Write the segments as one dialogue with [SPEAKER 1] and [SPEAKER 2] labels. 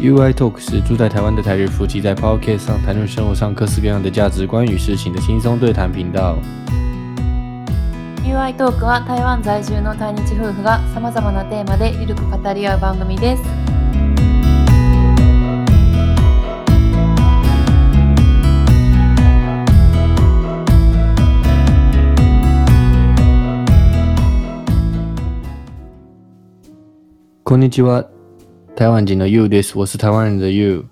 [SPEAKER 1] UI Talk 是住在台湾的台日夫妻在 Podcast 上谈论生活上各式各样的价值观与事情的轻松对谈频道。
[SPEAKER 2] UI トークは台湾在住の対日夫婦がさまざまなテーマでゆるく語り合う番組です。
[SPEAKER 1] こんにちは，台湾人的 You です。我是台湾人的 You。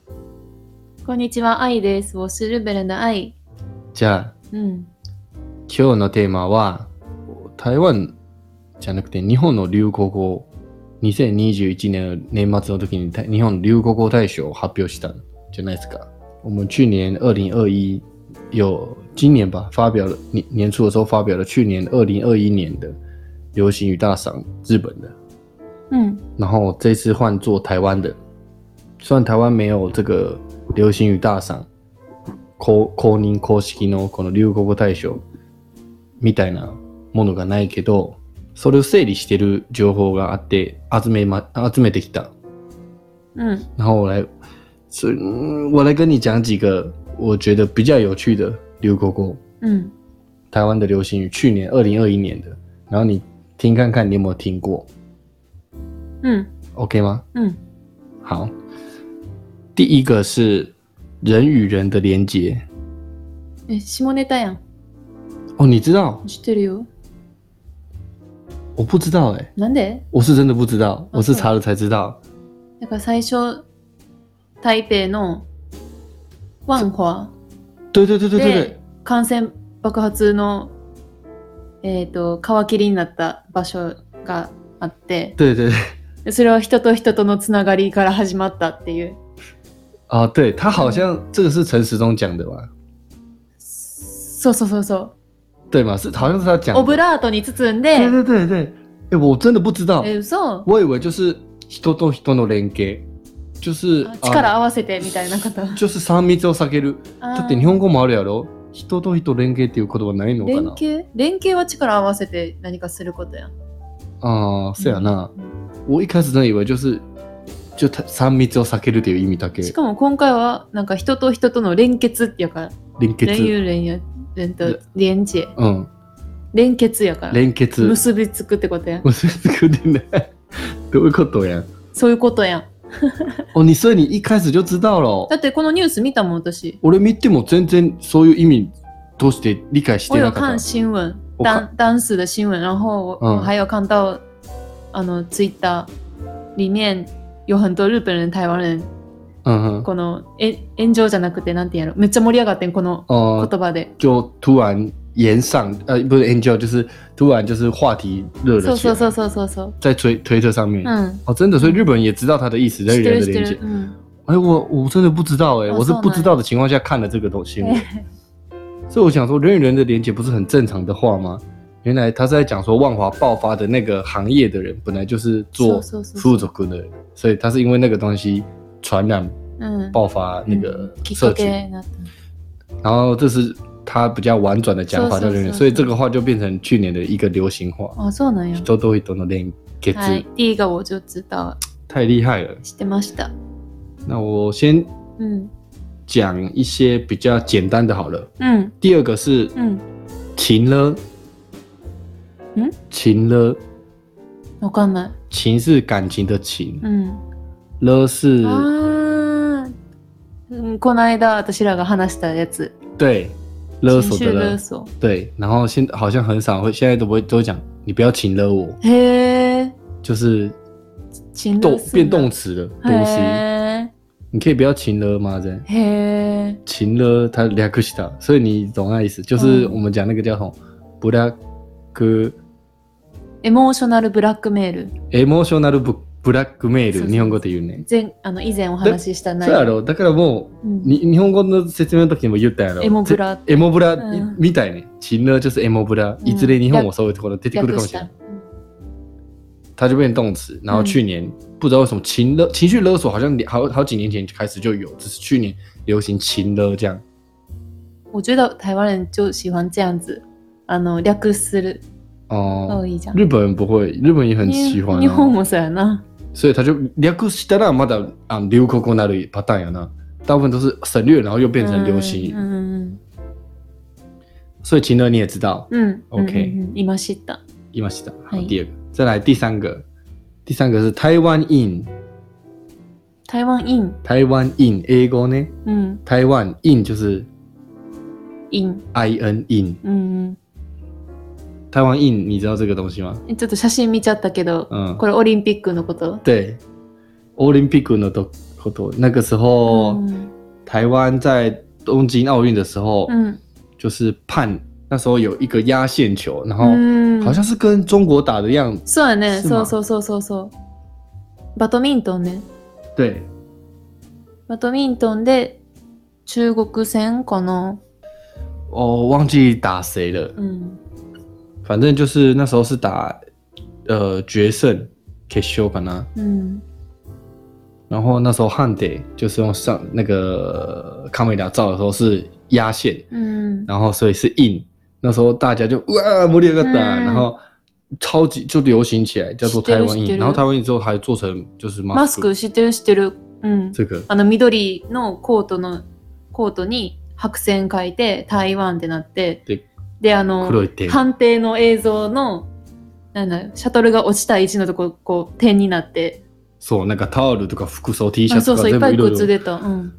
[SPEAKER 2] こんにちは、アイです。我是日本人的アイ。
[SPEAKER 1] じゃあ
[SPEAKER 2] うん。
[SPEAKER 1] 今日のテーマは台湾じゃなくて日本の流行語。2021年の年末の時に日本流行語大賞を発表したじゃないですか。我们去年2021有今年吧发表了年年初的时候发表了去年2021年的流行语大赏日本的。
[SPEAKER 2] うん。
[SPEAKER 1] 然后这次换做台湾的，虽然台湾没有这个流行语大赏，公公認公式のこの流行語大賞みたいなものがないけど、それを整理してる情報があって集めま集めてきた。
[SPEAKER 2] うん。
[SPEAKER 1] 然后我来，所以嗯我来跟你讲几个我觉得比较有趣的流行語，
[SPEAKER 2] うん。
[SPEAKER 1] 台湾的流行语，去年二零二一年的，然后你听看看你有没有听过
[SPEAKER 2] うん。
[SPEAKER 1] ，OK 吗？
[SPEAKER 2] うん。
[SPEAKER 1] 好，第一个是人与人的连接。
[SPEAKER 2] え、下ネタやん。
[SPEAKER 1] 哦，你知道？
[SPEAKER 2] 知ってるよ。
[SPEAKER 1] 我不知道哎、
[SPEAKER 2] なんで
[SPEAKER 1] 我是真的不知道，我是
[SPEAKER 2] 是吗
[SPEAKER 1] 查了才知道。
[SPEAKER 2] だから最初、台北のワンファ
[SPEAKER 1] 对对对对对对
[SPEAKER 2] で感染爆発の、えっ、と、皮切りになった場所があって、
[SPEAKER 1] 对对对
[SPEAKER 2] でそれは人と人とのつながりから始まったっていう。
[SPEAKER 1] 啊！对他好像这个是陈时中讲的吧？
[SPEAKER 2] そうそうそうそう。
[SPEAKER 1] 对嘛？是好像是他讲的。
[SPEAKER 2] オブラートに包んで
[SPEAKER 1] 对、对对对，哎、我真的不知道，
[SPEAKER 2] え、嘘
[SPEAKER 1] 我以为就是人と人の連携，就是
[SPEAKER 2] あ力
[SPEAKER 1] 啊
[SPEAKER 2] 合わせてみた いなこと。
[SPEAKER 1] 就是三密を避ける。
[SPEAKER 2] あ
[SPEAKER 1] だ
[SPEAKER 2] ー
[SPEAKER 1] って日本語もあるやろ。人と人連携っていう言葉ないのか
[SPEAKER 2] 連
[SPEAKER 1] な？
[SPEAKER 2] 携連携は力合わせて何かすることやん。
[SPEAKER 1] ああ、そうやな。
[SPEAKER 2] うん
[SPEAKER 1] 我一开始真的以为就是就他三密を避けるという意味だけ
[SPEAKER 2] しかも今回はなんか人と人との連結っていうから、
[SPEAKER 1] 連
[SPEAKER 2] 連
[SPEAKER 1] 結
[SPEAKER 2] 友連や、連と連結、
[SPEAKER 1] うん
[SPEAKER 2] 連結やから。
[SPEAKER 1] 連 結
[SPEAKER 2] 結びつくってことやん。
[SPEAKER 1] 結びつくんでねどういうことやん
[SPEAKER 2] そういうことやん。
[SPEAKER 1] 哦你所以你一开始就知道了
[SPEAKER 2] だってこのニュース見たもん私。
[SPEAKER 1] 俺見ても全然そういう意味として理解し
[SPEAKER 2] 我
[SPEAKER 1] て
[SPEAKER 2] 有
[SPEAKER 1] なか
[SPEAKER 2] 看
[SPEAKER 1] った
[SPEAKER 2] 新闻，
[SPEAKER 1] 我看
[SPEAKER 2] 当当时的新闻，然后
[SPEAKER 1] 嗯
[SPEAKER 2] 我还有看到，あの Twitter 里面有很多日本人、台湾人
[SPEAKER 1] うんうん
[SPEAKER 2] このえ炎上じゃなくてなんてやろめっちゃ盛り上がってんこの
[SPEAKER 1] あ
[SPEAKER 2] 言
[SPEAKER 1] ー
[SPEAKER 2] 葉で、
[SPEAKER 1] 就突然延上呃不是 angel 就是突然就是话题热
[SPEAKER 2] そ
[SPEAKER 1] 了
[SPEAKER 2] う
[SPEAKER 1] 起
[SPEAKER 2] そうそう
[SPEAKER 1] 来
[SPEAKER 2] そうそうそう
[SPEAKER 1] 在推推特上面
[SPEAKER 2] うん
[SPEAKER 1] 哦真的所以日本也知道他的意思
[SPEAKER 2] 知
[SPEAKER 1] 人
[SPEAKER 2] っ
[SPEAKER 1] 与人
[SPEAKER 2] て
[SPEAKER 1] 的
[SPEAKER 2] る知って
[SPEAKER 1] 连
[SPEAKER 2] る
[SPEAKER 1] 接
[SPEAKER 2] うん
[SPEAKER 1] 哎，我我真的不知道哎、
[SPEAKER 2] 哦
[SPEAKER 1] 我是
[SPEAKER 2] 送
[SPEAKER 1] 不
[SPEAKER 2] 来
[SPEAKER 1] 知道的情况下看了这个东西，
[SPEAKER 2] 哎
[SPEAKER 1] 所以我想说，人与人的连接不是很正常的话吗？原来他是在讲说万华爆发的那个行业的人本来就是做
[SPEAKER 2] そうそうそ
[SPEAKER 1] 服
[SPEAKER 2] う
[SPEAKER 1] 务者的人，所以他是因为那个东西传染
[SPEAKER 2] うん
[SPEAKER 1] 爆发那个
[SPEAKER 2] うんきっ
[SPEAKER 1] 社
[SPEAKER 2] か
[SPEAKER 1] 群，
[SPEAKER 2] けになった
[SPEAKER 1] 然后这是他比较婉转的讲法
[SPEAKER 2] 是
[SPEAKER 1] 叫
[SPEAKER 2] 是
[SPEAKER 1] 人与人，
[SPEAKER 2] 是
[SPEAKER 1] 所以
[SPEAKER 2] 是
[SPEAKER 1] 这个话就变成去年的一个流行话，
[SPEAKER 2] あそうなんや
[SPEAKER 1] 人都会懂得连接字，
[SPEAKER 2] はい D が我就知道
[SPEAKER 1] 太厉害了。
[SPEAKER 2] してました
[SPEAKER 1] 那我先
[SPEAKER 2] うん
[SPEAKER 1] 讲一些比较简单的好了，
[SPEAKER 2] うん
[SPEAKER 1] 第二个是
[SPEAKER 2] うん
[SPEAKER 1] 情了，
[SPEAKER 2] 嗯，
[SPEAKER 1] 情了，
[SPEAKER 2] わかんない
[SPEAKER 1] 情是感情的情，
[SPEAKER 2] 嗯うん
[SPEAKER 1] 了是，
[SPEAKER 2] 啊あーうんこの間私らが話したやつ
[SPEAKER 1] 对，勒索
[SPEAKER 2] 情
[SPEAKER 1] 的
[SPEAKER 2] 绪勒
[SPEAKER 1] 勒，
[SPEAKER 2] 索
[SPEAKER 1] 对。然后现好像很少会，现在都不会都讲你不要情勒我，
[SPEAKER 2] へえ
[SPEAKER 1] 就是
[SPEAKER 2] 情
[SPEAKER 1] 动
[SPEAKER 2] 勒す
[SPEAKER 1] 变
[SPEAKER 2] んだ
[SPEAKER 1] 动词的东西，
[SPEAKER 2] へ
[SPEAKER 1] 你可以不要情勒吗？这样
[SPEAKER 2] えへえ
[SPEAKER 1] 情勒它两个字的，所以你懂那意思，就是
[SPEAKER 2] 嗯
[SPEAKER 1] 我们讲那个叫什么，不拉克。
[SPEAKER 2] エモーショナルブラックメール。
[SPEAKER 1] エモーショナルブブラックメ
[SPEAKER 2] そう
[SPEAKER 1] ー
[SPEAKER 2] そ
[SPEAKER 1] ル
[SPEAKER 2] う
[SPEAKER 1] 日本語で言うね。
[SPEAKER 2] 前あの以前お話しした内
[SPEAKER 1] そう
[SPEAKER 2] 容。
[SPEAKER 1] やろだからもう
[SPEAKER 2] うん
[SPEAKER 1] に日本語の説明の時にも言ったやろ
[SPEAKER 2] エモブラ
[SPEAKER 1] エモブラ
[SPEAKER 2] うん
[SPEAKER 1] みたいね。情勒就是エモブラ。
[SPEAKER 2] うん
[SPEAKER 1] いずれ日本もそういうところ出てくる
[SPEAKER 2] 略
[SPEAKER 1] かも
[SPEAKER 2] し
[SPEAKER 1] しれない
[SPEAKER 2] た。。
[SPEAKER 1] 它就变动词。然后去年不知道为什么情勒情绪勒索好像好好几年前就开始就有，只是去年流行情勒这样。
[SPEAKER 2] 我觉得台湾人就喜欢这样子，あの略する
[SPEAKER 1] 哦、
[SPEAKER 2] 多いじゃん。
[SPEAKER 1] 日本人不会，日本也很喜欢、
[SPEAKER 2] 日本
[SPEAKER 1] 啊。
[SPEAKER 2] もそうやな。
[SPEAKER 1] 所以他就略したらまだあの流行語になるパターンやな。大部分都是省略，然后又变成流行。
[SPEAKER 2] うん
[SPEAKER 1] 所以秦乐你也知道，
[SPEAKER 2] うんうん。うん
[SPEAKER 1] OK
[SPEAKER 2] うんうん今知った。
[SPEAKER 1] いました。好，
[SPEAKER 2] はい
[SPEAKER 1] 第二个，再来第三个，第三个是台湾 in，
[SPEAKER 2] 台湾イン。
[SPEAKER 1] 台湾 in 英語呢，
[SPEAKER 2] うん。
[SPEAKER 1] 台湾 in 就是
[SPEAKER 2] イン。
[SPEAKER 1] i n in，
[SPEAKER 2] うん
[SPEAKER 1] 台湾 in 你知道这个东西吗？
[SPEAKER 2] うん。ちょっと写真見ちゃったけど、
[SPEAKER 1] 嗯，
[SPEAKER 2] これオリンピックのこと。
[SPEAKER 1] 对，奥林匹克的都こと那个时候、
[SPEAKER 2] うん
[SPEAKER 1] 台湾在东京奥运的时候，
[SPEAKER 2] うん。
[SPEAKER 1] 就是判那时候有一个压线球，然后
[SPEAKER 2] うん
[SPEAKER 1] 好像是跟中国打的样子，
[SPEAKER 2] そうやね。
[SPEAKER 1] すま
[SPEAKER 2] そ
[SPEAKER 1] ん
[SPEAKER 2] うそうそうそうそう。バドミントンね。
[SPEAKER 1] 对，
[SPEAKER 2] バドミントンで中国戦かな。
[SPEAKER 1] 我哦忘记打谁了，
[SPEAKER 2] うん。
[SPEAKER 1] 反正就是那时候是打呃决胜 K 修吧呢，
[SPEAKER 2] うん。
[SPEAKER 1] 然后那时候汉得就是用上那个康美达照的时候是压线，
[SPEAKER 2] うん。
[SPEAKER 1] 然后所以是 in，那时候大家就哇摩利亚达，
[SPEAKER 2] 嗯
[SPEAKER 1] 然后超级就流行起来，叫做
[SPEAKER 2] 知って
[SPEAKER 1] 台
[SPEAKER 2] る
[SPEAKER 1] 湾
[SPEAKER 2] 知って
[SPEAKER 1] in，
[SPEAKER 2] る
[SPEAKER 1] 然后台湾 in 之后还做成就是
[SPEAKER 2] マスク知ってる知ってる。うん。
[SPEAKER 1] 这个，
[SPEAKER 2] あの緑のコートのコートに白線書いて台湾ってなって
[SPEAKER 1] で
[SPEAKER 2] であの
[SPEAKER 1] 黒い点
[SPEAKER 2] 判定の映像のなんだシャトルが落ちた位置のとここう点になって
[SPEAKER 1] そうなんかタオルとか服装 T シャ
[SPEAKER 2] あ
[SPEAKER 1] ツ
[SPEAKER 2] そ
[SPEAKER 1] とか
[SPEAKER 2] うそうい
[SPEAKER 1] 全部
[SPEAKER 2] っぱい
[SPEAKER 1] い
[SPEAKER 2] グ
[SPEAKER 1] ろ
[SPEAKER 2] ッズ
[SPEAKER 1] いろ
[SPEAKER 2] 出た、うん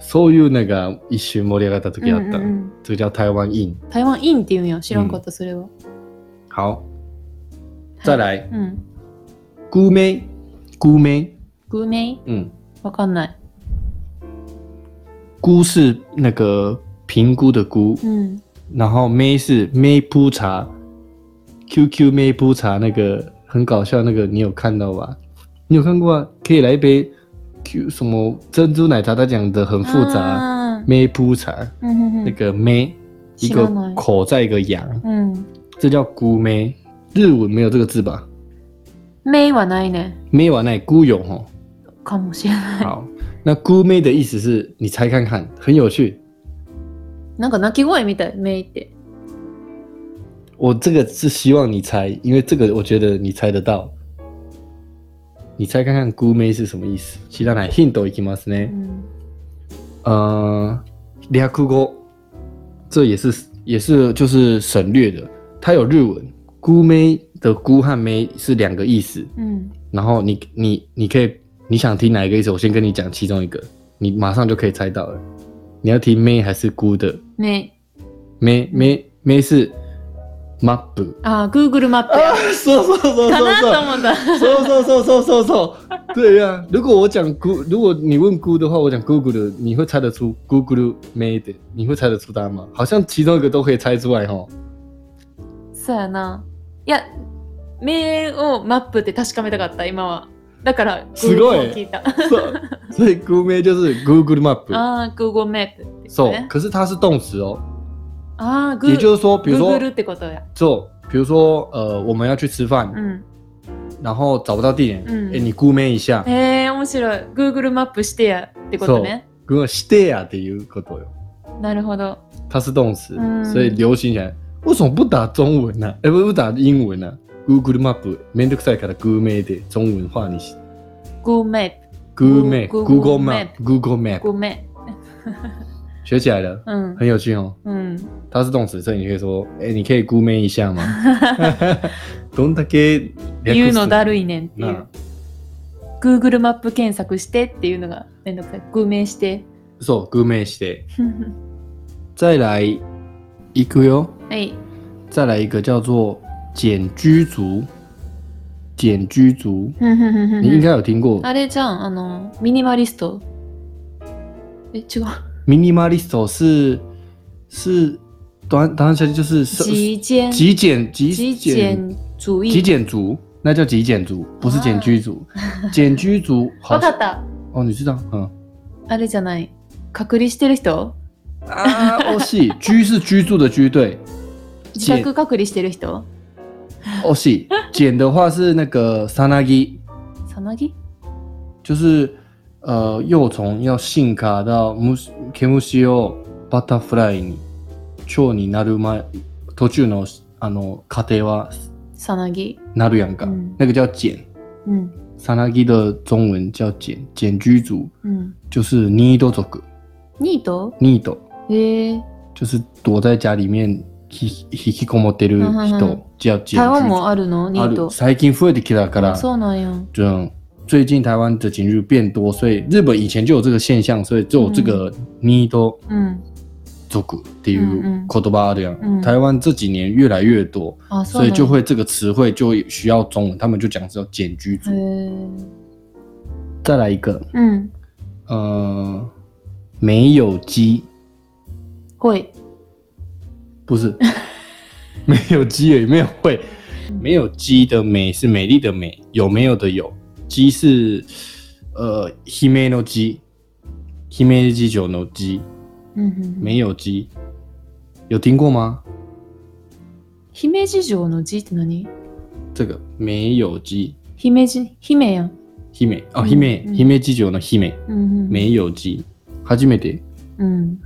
[SPEAKER 1] そういうのが一瞬盛り上がった時あった
[SPEAKER 2] うんうんうん
[SPEAKER 1] それ叫台湾 in。
[SPEAKER 2] 台湾インって言うんや知らんかったそれは、
[SPEAKER 1] 好，再
[SPEAKER 2] は
[SPEAKER 1] 来
[SPEAKER 2] いうん
[SPEAKER 1] 姑妹，姑妹，
[SPEAKER 2] グーメイ
[SPEAKER 1] 嗯，
[SPEAKER 2] わかんない
[SPEAKER 1] 姑是那个评估的估，
[SPEAKER 2] うん
[SPEAKER 1] 然后妹是妹铺茶，QQ 妹铺茶那个很搞笑那个你有看到吧？你有看过啊？可以来一杯 Q 什么珍珠奶茶，他讲的很复杂，
[SPEAKER 2] あー
[SPEAKER 1] 妹铺茶
[SPEAKER 2] うんうんう
[SPEAKER 1] 那
[SPEAKER 2] ん
[SPEAKER 1] 个妹一
[SPEAKER 2] 知
[SPEAKER 1] 个
[SPEAKER 2] らない
[SPEAKER 1] 口在一个羊，
[SPEAKER 2] うん
[SPEAKER 1] 这叫姑妹，日文没有这个字吧？
[SPEAKER 2] メイはないね
[SPEAKER 1] 妹完那姑有吼。
[SPEAKER 2] かもしれない
[SPEAKER 1] 好，那姑妹的意思是你猜看看，很有趣。
[SPEAKER 2] なんか鳴き声みたいメイって
[SPEAKER 1] 我这个是希望你猜，因为这个我觉得你猜得到。你猜看看姑妹是什么意思？其他来 hint いきます
[SPEAKER 2] う
[SPEAKER 1] ね。
[SPEAKER 2] ん
[SPEAKER 1] 呃，略过，这也是也是就是省略的。它有日文，姑妹的姑和妹是两个意思。
[SPEAKER 2] うん
[SPEAKER 1] 然后你你你可以你想听哪一个意思？我先跟你讲其中一个，你马上就可以猜到了。你要听妹还是姑的？
[SPEAKER 2] メイ
[SPEAKER 1] 没没没事，map。
[SPEAKER 2] あー Google マップや
[SPEAKER 1] そうそうそうそう
[SPEAKER 2] かなと
[SPEAKER 1] そう
[SPEAKER 2] 思った
[SPEAKER 1] そうそうそうそうそう。对呀、如果我讲 Go，如果你问 Go 的话，我讲 Google，你会猜得出 Google made，你会猜得出答案吗？好像其中一个都可以猜出来哦。
[SPEAKER 2] そうやな。いや、目をマップで確かめたかった、今は。だから、
[SPEAKER 1] すごい
[SPEAKER 2] Google を聞いた。
[SPEAKER 1] 所所以 Go made 就是 Google map。
[SPEAKER 2] ああ、Google メップ。
[SPEAKER 1] so，
[SPEAKER 2] ね
[SPEAKER 1] 可是它是动词哦，
[SPEAKER 2] ああ、
[SPEAKER 1] 也就
[SPEAKER 2] Google
[SPEAKER 1] 是说，比如说
[SPEAKER 2] Google ってことや。
[SPEAKER 1] so，比如说呃，我们要去吃饭，
[SPEAKER 2] うん。
[SPEAKER 1] 然后找不到地点，哎、
[SPEAKER 2] 嗯
[SPEAKER 1] 你 Go made 一下
[SPEAKER 2] へえ、面白い。Google マップしてやってことね。
[SPEAKER 1] ，Go してやっていうことよ。
[SPEAKER 2] なるほど。
[SPEAKER 1] 它是动词，
[SPEAKER 2] 嗯
[SPEAKER 1] 所以流行起来。为什么不打中文呢、啊？哎、不不打英文呢、啊、？Google Map めんどくさいから Google Map で中文化にし
[SPEAKER 2] Google メ
[SPEAKER 1] Google Map Google
[SPEAKER 2] Google
[SPEAKER 1] Map Google
[SPEAKER 2] ップ。
[SPEAKER 1] Map
[SPEAKER 2] Google メ
[SPEAKER 1] 学起来了，
[SPEAKER 2] ップ。
[SPEAKER 1] 很有趣哦。
[SPEAKER 2] うん。うん。
[SPEAKER 1] 它是动词，所以你可以说，哎、你可以 Google Map 一 下吗？ どんだけ略
[SPEAKER 2] 言うのだ
[SPEAKER 1] る
[SPEAKER 2] るいねんってい
[SPEAKER 1] な
[SPEAKER 2] う。Google マップ検索してっていうのがめんどくさい。グーメンして。
[SPEAKER 1] そう、Google Map して。再来一个哟，
[SPEAKER 2] はい。
[SPEAKER 1] 再来一个叫做简居族，简居族，
[SPEAKER 2] 嗯
[SPEAKER 1] 你应该有听过。
[SPEAKER 2] あれじゃん、あの、ミニマリスト。え、違う。
[SPEAKER 1] minimalist 是是短短下去就是是
[SPEAKER 2] 极简
[SPEAKER 1] 极简极
[SPEAKER 2] 极
[SPEAKER 1] 简
[SPEAKER 2] 简主
[SPEAKER 1] 极
[SPEAKER 2] 義。
[SPEAKER 1] 简族，那叫极简 族，不是简居族。简居族好
[SPEAKER 2] わか
[SPEAKER 1] 像
[SPEAKER 2] った。
[SPEAKER 1] 哦，你知道 嗯
[SPEAKER 2] あれじゃない。隔離してる人
[SPEAKER 1] 啊，哦是居是居住的居，对，
[SPEAKER 2] 自
[SPEAKER 1] 简
[SPEAKER 2] 宅隔離してる人
[SPEAKER 1] 哦是简的话是那个 sanagi，
[SPEAKER 2] さなぎ
[SPEAKER 1] 就是呃幼虫要性卡到 mus kemushio butterfly に蝶になる前途中のあの過程は
[SPEAKER 2] さなぎ。
[SPEAKER 1] なるやんか、
[SPEAKER 2] うん
[SPEAKER 1] 那个叫简。
[SPEAKER 2] うん。
[SPEAKER 1] 萨拉ギ的中文叫简简居族，
[SPEAKER 2] 嗯。
[SPEAKER 1] 就是ニード族，
[SPEAKER 2] ニート
[SPEAKER 1] ニード
[SPEAKER 2] へえ。
[SPEAKER 1] 就是躲在家里面ひ引きこもってる
[SPEAKER 2] うんうんう
[SPEAKER 1] 人
[SPEAKER 2] ん
[SPEAKER 1] 叫简
[SPEAKER 2] 嗯台
[SPEAKER 1] 居
[SPEAKER 2] 湾も
[SPEAKER 1] 族。
[SPEAKER 2] あるのニ
[SPEAKER 1] あ
[SPEAKER 2] ー
[SPEAKER 1] る
[SPEAKER 2] ト。
[SPEAKER 1] 最近増えてきたから
[SPEAKER 2] あ、そうなんや。
[SPEAKER 1] 这种最近台湾的警局变多，所以日本以前就有这个现象，所以就有这个
[SPEAKER 2] 嗯
[SPEAKER 1] ニード
[SPEAKER 2] うん。
[SPEAKER 1] 族ってい
[SPEAKER 2] 嗯
[SPEAKER 1] う言葉あるや
[SPEAKER 2] うん
[SPEAKER 1] ん。台湾这几年越来越多，
[SPEAKER 2] あ、
[SPEAKER 1] 所
[SPEAKER 2] そうなん
[SPEAKER 1] 以
[SPEAKER 2] や。
[SPEAKER 1] 就会这个词汇就需要中文，他们就讲是要简居族
[SPEAKER 2] へ。え。
[SPEAKER 1] 再来一个，
[SPEAKER 2] うん。
[SPEAKER 1] 呃，没有鸡，
[SPEAKER 2] ほい。
[SPEAKER 1] 不 是，没有鸡也没有会，没有鸡的美是美丽的美，有没有的有，鸡是呃姫の鸡，姫路酒の鸡，
[SPEAKER 2] うんうんうん。
[SPEAKER 1] 没有鸡，有听过吗？
[SPEAKER 2] 姫路城の字って何
[SPEAKER 1] 这个没有鸡，
[SPEAKER 2] 姫路、姫やん。
[SPEAKER 1] 姫哦
[SPEAKER 2] 嗯
[SPEAKER 1] 姫
[SPEAKER 2] 嗯
[SPEAKER 1] 姫路酒の姫
[SPEAKER 2] うんうん。
[SPEAKER 1] 没有鸡，初めて
[SPEAKER 2] うん。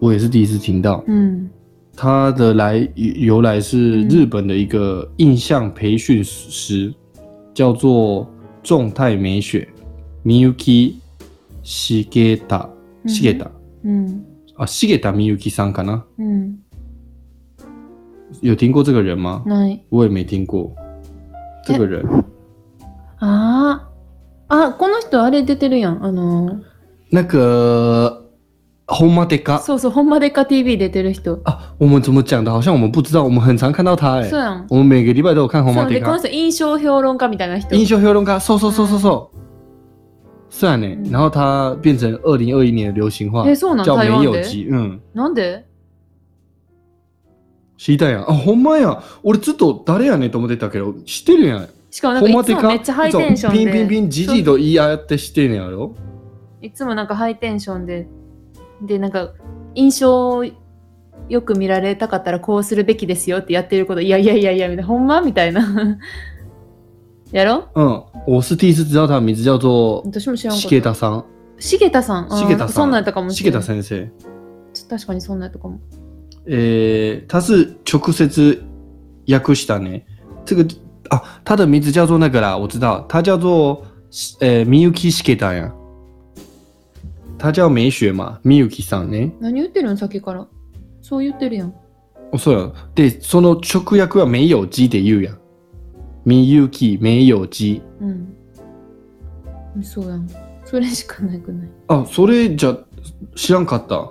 [SPEAKER 1] 我也是第一次听到。
[SPEAKER 2] うん。
[SPEAKER 1] 它的来由来是日本的一个印象培训师，叫做重太美雪 （Miyuki Shigeta）。
[SPEAKER 2] 嗯
[SPEAKER 1] Shigeta
[SPEAKER 2] うん。
[SPEAKER 1] 啊，Shigeta Miyuki 桑卡呢？
[SPEAKER 2] うん。
[SPEAKER 1] 有听过这个人吗？
[SPEAKER 2] ない。
[SPEAKER 1] 我也没听过。这个人，
[SPEAKER 2] ああ。あ、この人あれ出てるやん。あの
[SPEAKER 1] 那个红马迪
[SPEAKER 2] ー、
[SPEAKER 1] 卡
[SPEAKER 2] そうそう、ほんまでっか TV 出てる人。
[SPEAKER 1] 啊，我们怎么讲的？好像我们不知道，我们很常看到他哎、
[SPEAKER 2] そうやん。
[SPEAKER 1] 我们每个礼拜都有看红
[SPEAKER 2] そ
[SPEAKER 1] 马
[SPEAKER 2] う
[SPEAKER 1] 迪
[SPEAKER 2] で、こ
[SPEAKER 1] 卡
[SPEAKER 2] の。人、印象評論家みたいな人。
[SPEAKER 1] 印象評論家，そうそうそうそうそう。是啊呢
[SPEAKER 2] 嗯，
[SPEAKER 1] 然后它变成二零二一年的流行话
[SPEAKER 2] え、，そうなん
[SPEAKER 1] 叫
[SPEAKER 2] 台
[SPEAKER 1] 没
[SPEAKER 2] 湾
[SPEAKER 1] 有
[SPEAKER 2] で
[SPEAKER 1] 鸡。嗯，
[SPEAKER 2] なんで
[SPEAKER 1] 知りたいやん。あ、ほんまやん。俺ずっと誰やねんと思ってたけど、知ってるやん。
[SPEAKER 2] しかもなん
[SPEAKER 1] ほんま
[SPEAKER 2] かいつ
[SPEAKER 1] で
[SPEAKER 2] も
[SPEAKER 1] か。
[SPEAKER 2] めっちゃハイテンションで。
[SPEAKER 1] いつもピンピンピン、じじいと言い合ってしてんねやろ。
[SPEAKER 2] いつもなんかハイテンションで、で、なんか印象をよく見られたかったらこうするべきですよってやってること、いやいやいやいや、みたいな、ほんまみたいな。 やろ
[SPEAKER 1] うん。我是第一次知道他的名字叫做
[SPEAKER 2] 私も知らんか
[SPEAKER 1] シ
[SPEAKER 2] っ
[SPEAKER 1] ゲ
[SPEAKER 2] た。
[SPEAKER 1] タさん。
[SPEAKER 2] しげたさん。あー
[SPEAKER 1] しげたさん
[SPEAKER 2] なんかそんなんやったかもし
[SPEAKER 1] シ
[SPEAKER 2] れ
[SPEAKER 1] ゲ
[SPEAKER 2] な
[SPEAKER 1] タ先
[SPEAKER 2] い。
[SPEAKER 1] 生。
[SPEAKER 2] ちょっと確かにそんなんやったかも。
[SPEAKER 1] えー、他是直接訳したね。这个啊，他的名字叫做那个啦，我知道，他叫做呃 Miyuki Shikeda 呀。他叫美雪嘛，Miyuki さんね。
[SPEAKER 2] 何言ってるのさっきから。そう言ってるやん。
[SPEAKER 1] おそうや。で、その直訳は没有鸡で言うやん。Miyuki 没有鸡。
[SPEAKER 2] うん。そうやん。それしかなくない。
[SPEAKER 1] あ、それじゃ知らんかった。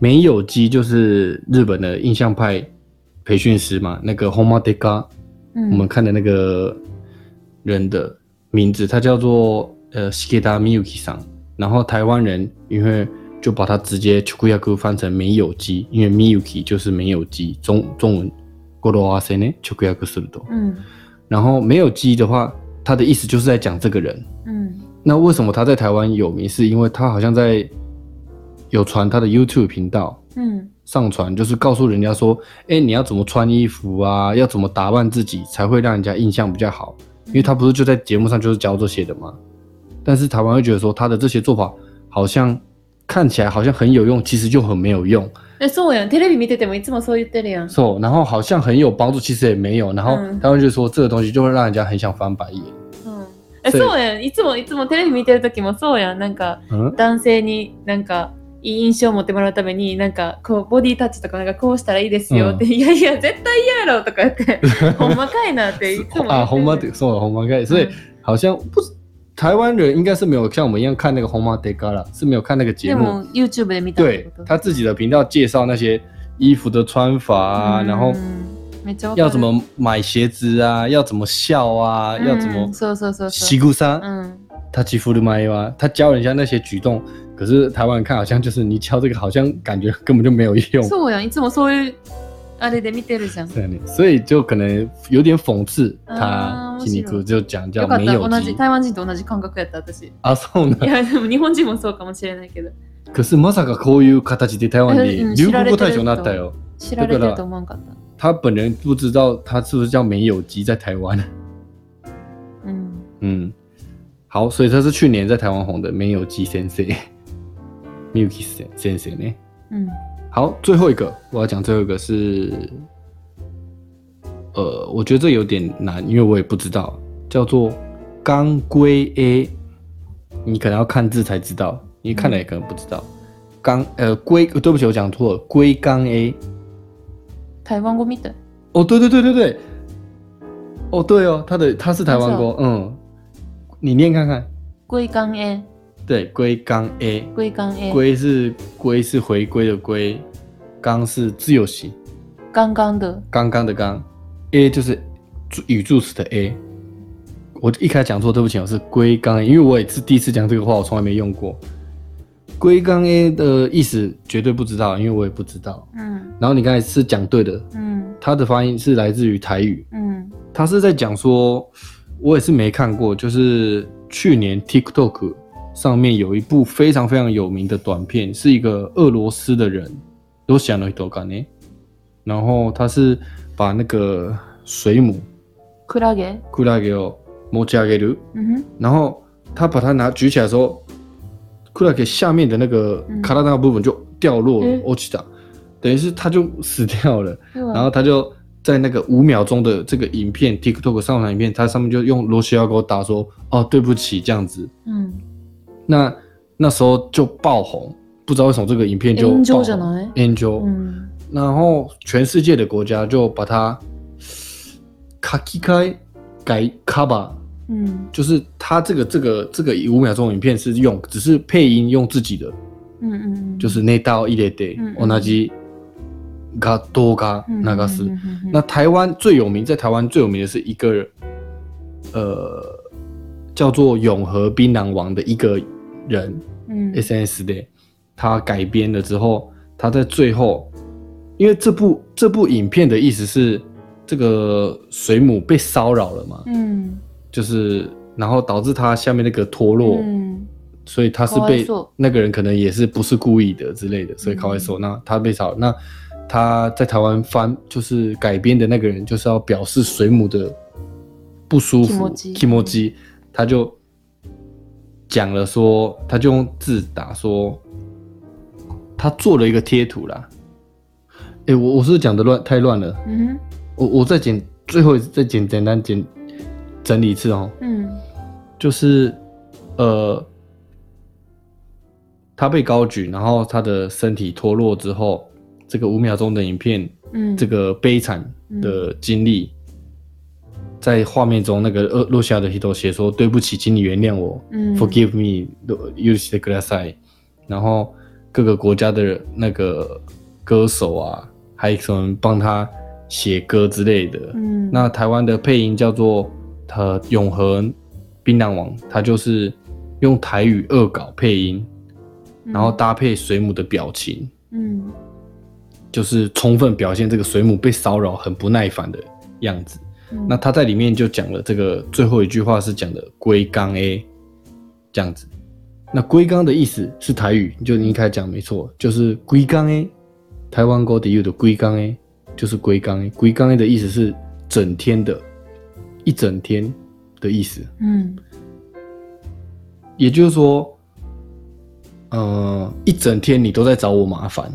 [SPEAKER 1] 没有鸡就是日本的印象派培训师嘛，那个 Homa Deka。
[SPEAKER 2] うん
[SPEAKER 1] 我们看的那个人的名字，他叫做呃 Shigeda Miyuki 桑，然后台湾人因为就把它直接 Chukuyaku 翻成没有鸡，因为 Miyuki 就是没有鸡，中中文 g o r o a s e ne Chukuyaku すると。
[SPEAKER 2] うん。
[SPEAKER 1] 然后没有鸡的话，他的意思就是在讲这个人。
[SPEAKER 2] うん。
[SPEAKER 1] 那为什么他在台湾有名？是因为他好像在有传他的 YouTube 频道，
[SPEAKER 2] うん。
[SPEAKER 1] 上传，就是告诉人家说，哎、你要怎么穿衣服啊，要怎么打扮自己才会让人家印象比较好。因为他不是就在节目上就是教这些的嘛。但是台湾会觉得说他的这些做法好像看起来好像很有用，其实就很没有用。
[SPEAKER 2] え、そうやん。テレビ見ててもいつもそう言ってるやん。
[SPEAKER 1] so, 然后好像很有帮助，其实也没有。然后
[SPEAKER 2] 嗯
[SPEAKER 1] 台湾就说这个东西就会让人家很想翻白眼。
[SPEAKER 2] うんえ
[SPEAKER 1] そう
[SPEAKER 2] そうやんいつもいつもテレビ見てる時もそうやんなんか
[SPEAKER 1] 嗯，
[SPEAKER 2] 男性になんかいい印象を持ってもらうためになんかこうボディタッチとかなんかこうしたらいいですよって、いやいや絶対嫌やろとか言って ほんまかいなっていつも
[SPEAKER 1] 啊，红毛得，嗯算了，红毛盖，所以好像不是台湾人应该是没有像我们一样看那个红毛得嘎啦，是没有看那个节
[SPEAKER 2] で
[SPEAKER 1] 目。
[SPEAKER 2] も YouTube で見たって
[SPEAKER 1] 对
[SPEAKER 2] こと
[SPEAKER 1] 他自己的频道介绍那些衣服的穿法啊，
[SPEAKER 2] うん
[SPEAKER 1] 然后
[SPEAKER 2] めっちゃわかる
[SPEAKER 1] 要怎么买鞋子啊，要怎么笑啊，要怎
[SPEAKER 2] う
[SPEAKER 1] 么
[SPEAKER 2] んそうそうそうそ
[SPEAKER 1] 洗
[SPEAKER 2] う
[SPEAKER 1] 裤衫
[SPEAKER 2] う，ん
[SPEAKER 1] 他欺负了麦啊，他教人家那些举动，可是台湾人看好像就是你教这个好像感觉根本就没有用，
[SPEAKER 2] そうやんいつもそういうあれで見てるじゃんよ
[SPEAKER 1] 对所以就可能有点讽刺他
[SPEAKER 2] 啊
[SPEAKER 1] 辛尼
[SPEAKER 2] 我
[SPEAKER 1] 克就讲叫
[SPEAKER 2] かっ
[SPEAKER 1] 没有
[SPEAKER 2] た同じ
[SPEAKER 1] 机
[SPEAKER 2] 台湾人と同じ感覚やった私い
[SPEAKER 1] 啊，そうなん
[SPEAKER 2] やでも日本人もそうかもしれないけど
[SPEAKER 1] 可是まさかこういう形で台湾で
[SPEAKER 2] うん
[SPEAKER 1] 流行語大賞になったよ。
[SPEAKER 2] 知られてると思わんかった
[SPEAKER 1] 他本人不知道他是不是叫没有机在台湾。
[SPEAKER 2] うん
[SPEAKER 1] 嗯，好，所以他是去年在台湾红的《没有鸡先生》，Miyuki 先生呢？
[SPEAKER 2] うん
[SPEAKER 1] 好，最后一个我要讲最后一个是，呃，我觉得这有点难，因为我也不知道，叫做钢龟 A，你可能要看字才知道，你看了也可能不知道。钢呃龟，呃对不起，我讲错了，龟钢 A。
[SPEAKER 2] 台湾語みたい。
[SPEAKER 1] 哦，对对对对对，哦对哦，它的它是台湾歌，嗯，你念看看，
[SPEAKER 2] 龟缸 A、
[SPEAKER 1] 对，龟钢 A，
[SPEAKER 2] 龟缸 A、
[SPEAKER 1] 龟是龟是回归的龟，刚是自由形，
[SPEAKER 2] 刚刚的
[SPEAKER 1] 刚刚的刚，A 就是助语助词的 A。我一开始讲错，对不起，我是龟缸 A，因为我也是第一次讲这个话，我从来没用过。龟缸 A 的意思绝对不知道，因为我也不知道。
[SPEAKER 2] 嗯
[SPEAKER 1] 然后你刚才是讲对的，
[SPEAKER 2] 嗯
[SPEAKER 1] 它的发音是来自于台语，
[SPEAKER 2] 嗯
[SPEAKER 1] 他是在讲说，我也是没看过，就是去年 TikTok 上面有一部非常非常有名的短片，是一个俄罗斯的人，ロシアの人かね，然后他是把那个水母
[SPEAKER 2] クラゲ
[SPEAKER 1] クラゲを持ち上げる，
[SPEAKER 2] うんふん
[SPEAKER 1] 然后他把它拿举起来的时候，クラゲ下面的那个
[SPEAKER 2] 嗯
[SPEAKER 1] 体的部分就掉落了
[SPEAKER 2] 嗯，
[SPEAKER 1] 落ちた，等于是他就死掉了。
[SPEAKER 2] 要は
[SPEAKER 1] 然后他就在那个五秒钟的这个影片 TikTok 上传影片，他上面就用罗西亚给我打说：“哦，对不起，这样子。
[SPEAKER 2] うん
[SPEAKER 1] 那”那时候就爆红，不知道为什么这个影片就
[SPEAKER 2] 炎上
[SPEAKER 1] 爆
[SPEAKER 2] じゃ
[SPEAKER 1] 红。
[SPEAKER 2] ない
[SPEAKER 1] 炎
[SPEAKER 2] う
[SPEAKER 1] 上，
[SPEAKER 2] ん
[SPEAKER 1] 然后全世界的国家就把它卡基开改 cover，
[SPEAKER 2] うん
[SPEAKER 1] 就是他这个这个这个五秒钟影片是用，只是配音用自己的，
[SPEAKER 2] うんうんうん
[SPEAKER 1] 就是那道一列得
[SPEAKER 2] 嗯，嗯
[SPEAKER 1] 同じが動画
[SPEAKER 2] うん
[SPEAKER 1] 流す
[SPEAKER 2] う。んうんうん
[SPEAKER 1] 那台湾最有名，在台湾最有名的是一个，呃，叫做永和槟榔王的一个人
[SPEAKER 2] うん
[SPEAKER 1] ，SNS 的，他改编了之后，他在最后，因为这部这部影片的意思是这个水母被骚扰了嘛，
[SPEAKER 2] うん
[SPEAKER 1] 就是然后导致他下面那个脱落，
[SPEAKER 2] うん
[SPEAKER 1] 所以他是
[SPEAKER 2] かわい
[SPEAKER 1] 被
[SPEAKER 2] そう
[SPEAKER 1] 那个人可能也是不是故意的之类的，所以
[SPEAKER 2] 嗯
[SPEAKER 1] 卡外手。那他被炒，那他在台湾翻就是改编的那个人，就是要表示水母的不舒服
[SPEAKER 2] Kimoji
[SPEAKER 1] emoji 他就讲了说，他就用字打说，他做了一个贴图啦。诶，我我是不是讲的乱太乱了，
[SPEAKER 2] うん
[SPEAKER 1] 我我再简最后再简简单简整理一次哦。
[SPEAKER 2] うん
[SPEAKER 1] 就是呃，他被高举，然后他的身体脱落之后，这个五秒钟的影片，
[SPEAKER 2] うん
[SPEAKER 1] 这个悲惨的经历，在画面中那个呃落落下的人都写说：“对不起，请你原谅我、
[SPEAKER 2] うん
[SPEAKER 1] f o r g i v e me, you s t e s i 然后各个国家的那个歌手啊，还有什么帮他写歌之类的，
[SPEAKER 2] うん
[SPEAKER 1] 那台湾的配音叫做呃永和槟榔王，它就是用台语恶搞配音，
[SPEAKER 2] うん
[SPEAKER 1] 然后搭配水母的表情，
[SPEAKER 2] うん
[SPEAKER 1] 就是充分表现这个水母被骚扰很不耐烦的样子。
[SPEAKER 2] うん
[SPEAKER 1] 那他在里面就讲了这个最后一句话是讲的龟缸 A 这样子。那龟缸的意思是台语，就你一开始讲没错，就是龟缸 A，台湾国的有的龟缸 A 就是龟缸 A，龟缸 A 的意思是整天的，一整天的意思。
[SPEAKER 2] うん
[SPEAKER 1] 也就是说，呃，一整天你都在找我麻烦，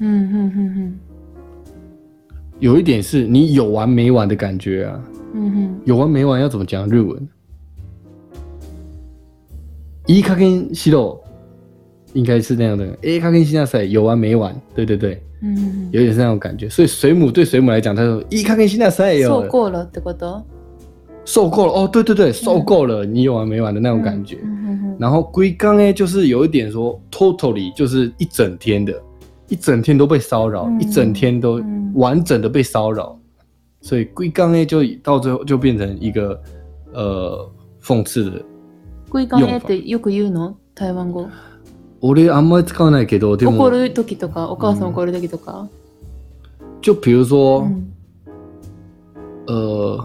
[SPEAKER 2] うんうんうん
[SPEAKER 1] 有一点是你有完没完的感觉啊。
[SPEAKER 2] うんうんうん
[SPEAKER 1] 有完没完要怎么讲日文？一加減しろ，应该是那样的。哎，加減しなさい，有完没完？对对对，
[SPEAKER 2] うんうん
[SPEAKER 1] 有点是那种感觉。所以水母对水母来讲，他说一加減しなさい
[SPEAKER 2] そう
[SPEAKER 1] よ，
[SPEAKER 2] こうろってこと
[SPEAKER 1] 受够了哦，对对对，受够了，你有完没完的那种感觉。
[SPEAKER 2] うんうんうん
[SPEAKER 1] 然后龟缸哎，就是有一点说 totally 就是一整天的，一整天都被骚扰，
[SPEAKER 2] 嗯
[SPEAKER 1] 一整天都
[SPEAKER 2] 嗯
[SPEAKER 1] 完整的被骚扰，所以龟缸哎就到最后就变成一个呃讽刺的。
[SPEAKER 2] 食いかねってよく言うの台湾語
[SPEAKER 1] 我嘞あんまり使わないけど、で
[SPEAKER 2] 怒
[SPEAKER 1] も
[SPEAKER 2] る時とかお母さん怒る時とか、
[SPEAKER 1] 就比如
[SPEAKER 2] う
[SPEAKER 1] 说、
[SPEAKER 2] ん
[SPEAKER 1] 呃，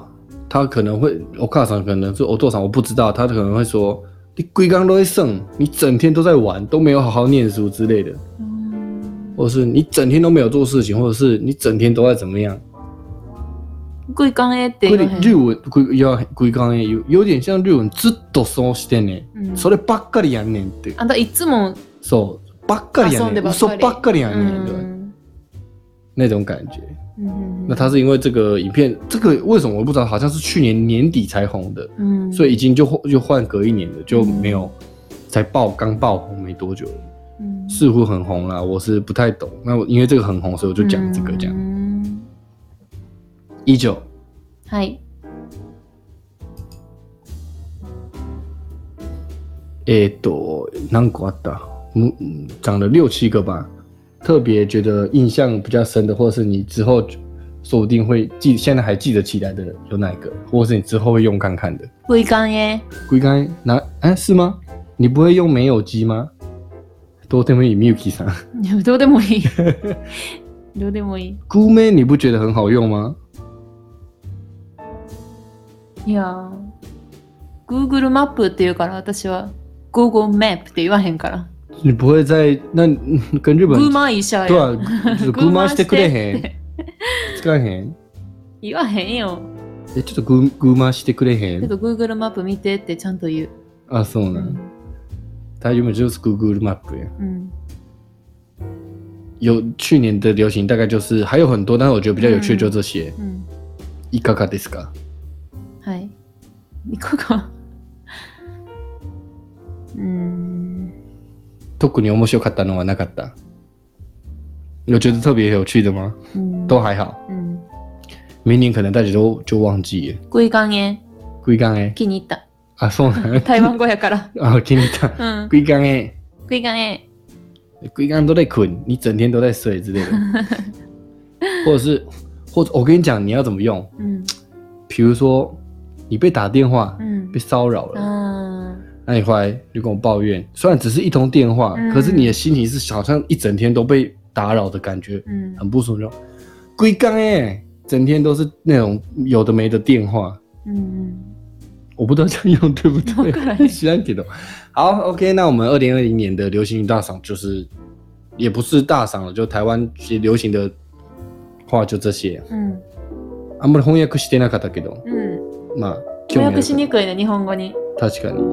[SPEAKER 1] 他可能会我卡上可能是我多少我不知道，他可能会说你龟缸都会剩，你整天都在玩，都没有好好念书之类的。
[SPEAKER 2] うん
[SPEAKER 1] 或是你整天都没有做事情，或者是你整天都在怎么样？
[SPEAKER 2] 食いかねって
[SPEAKER 1] こ
[SPEAKER 2] 言
[SPEAKER 1] れ
[SPEAKER 2] わへん
[SPEAKER 1] 日文これいやこれ考えよ有点像日文ずっとそうしてんねん。
[SPEAKER 2] うん
[SPEAKER 1] そればっかりやんねんって。
[SPEAKER 2] あんたいつも
[SPEAKER 1] そう。ばっかりや
[SPEAKER 2] 遊ん
[SPEAKER 1] ね
[SPEAKER 2] で
[SPEAKER 1] ん。
[SPEAKER 2] ばっかり嗯
[SPEAKER 1] 嘘ばっかりや
[SPEAKER 2] うん
[SPEAKER 1] ねん。
[SPEAKER 2] ん
[SPEAKER 1] 啊那种感觉。
[SPEAKER 2] 嗯嗯
[SPEAKER 1] 那它是因为这个影片，这个为什么我不知道？好像是去年年底才红的，
[SPEAKER 2] 嗯，
[SPEAKER 1] 所以已经就就换隔一年了，就没有才爆刚爆红没多久，
[SPEAKER 2] 嗯
[SPEAKER 1] 似乎很红啦。我是不太懂。那我因为这个很红，所以我就讲这个这样。
[SPEAKER 2] 嗯
[SPEAKER 1] 以上
[SPEAKER 2] はい。
[SPEAKER 1] えーっと何個あった？嗯嗯，讲了六七个吧。特别觉得印象比较深的，或是你之后说不定会记，现在还记得起来的有哪一个？或是你之后会用看看的？
[SPEAKER 2] 不いかんえ。
[SPEAKER 1] 龟干哪？哎、是吗？你不会用没有机吗？多天会以 Miyuki さん。
[SPEAKER 2] い やどうでもいい。 どうでもいい。
[SPEAKER 1] 姑妹，你不觉得很好用吗？
[SPEAKER 2] いやー、Google マップって言うから、私は Google マップって言わへんから。
[SPEAKER 1] 你不会在那嗯跟日
[SPEAKER 2] グ
[SPEAKER 1] 本
[SPEAKER 2] ーマー医者
[SPEAKER 1] 对
[SPEAKER 2] や。
[SPEAKER 1] 啊，就是姑妈してくれへん，使わへん。
[SPEAKER 2] 言わへんよ。
[SPEAKER 1] え、ちょっと姑姑妈してくれへ
[SPEAKER 2] ちょっ
[SPEAKER 1] ん。
[SPEAKER 2] と Google マップ見てってちゃんと言う。
[SPEAKER 1] あ、そう
[SPEAKER 2] う
[SPEAKER 1] なん。
[SPEAKER 2] ん。
[SPEAKER 1] 大原本就是 Google Map 呀。
[SPEAKER 2] うん、
[SPEAKER 1] 有去年的流行大概就是还有很多，但是我觉得比较有趣的就这些。
[SPEAKER 2] うん。
[SPEAKER 1] いかがですか？
[SPEAKER 2] はい。行こうか。うーん。
[SPEAKER 1] 特に面白かったのはなかった。有觉得特别有趣的吗？
[SPEAKER 2] うん。
[SPEAKER 1] 都还好。
[SPEAKER 2] うん。
[SPEAKER 1] 明年可能大家都就忘记了。
[SPEAKER 2] グイガンへ
[SPEAKER 1] 龟缸哎，
[SPEAKER 2] 気に入った。
[SPEAKER 1] 啊，そうなん
[SPEAKER 2] 台湾語やから。
[SPEAKER 1] 啊，听你讲。
[SPEAKER 2] うん。
[SPEAKER 1] 龟缸哎，
[SPEAKER 2] グイガンへ。
[SPEAKER 1] 龟缸都在捆，你整天都在睡之类的，或者是，或者我跟你讲你要怎么用，
[SPEAKER 2] うん。
[SPEAKER 1] 比如说你被打电话、
[SPEAKER 2] うん
[SPEAKER 1] 被。骚扰
[SPEAKER 2] 嗯
[SPEAKER 1] 了，
[SPEAKER 2] あー
[SPEAKER 1] 那你回来就跟我抱怨，虽然只是一通电话，
[SPEAKER 2] 嗯
[SPEAKER 1] 可是你的心情是好像一整天都被打扰的感觉，
[SPEAKER 2] うん。
[SPEAKER 1] 很不舒服。龟缸哎，整天都是那种有的没的电话，
[SPEAKER 2] うん。
[SPEAKER 1] 我不知道这样用对不
[SPEAKER 2] わからへ
[SPEAKER 1] 对，
[SPEAKER 2] ん
[SPEAKER 1] 喜欢给的。好，OK，那我们二零二零年的流行语大赏就是，也不是大赏了，就台湾流行的话就这些。啊
[SPEAKER 2] うん。
[SPEAKER 1] あんまり翻訳してなかったけど、
[SPEAKER 2] うん。
[SPEAKER 1] まあ、
[SPEAKER 2] 予約し
[SPEAKER 1] 興味ある
[SPEAKER 2] にくいね、日本語に。
[SPEAKER 1] から確かに。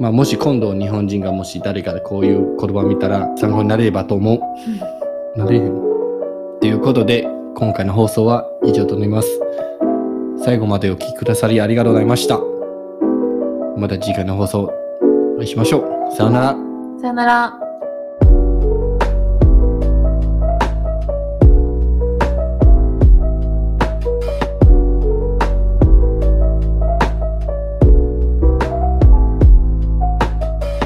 [SPEAKER 1] まあ、もし今度日本人がもし誰かでこういう言葉見たら参考になれればと思う。なれへん。ということで、今回の放送は以上となります。最後までお聞きくださりありがとうございました。また次回の放送お会いしましょう。さようなら。
[SPEAKER 2] さよなら。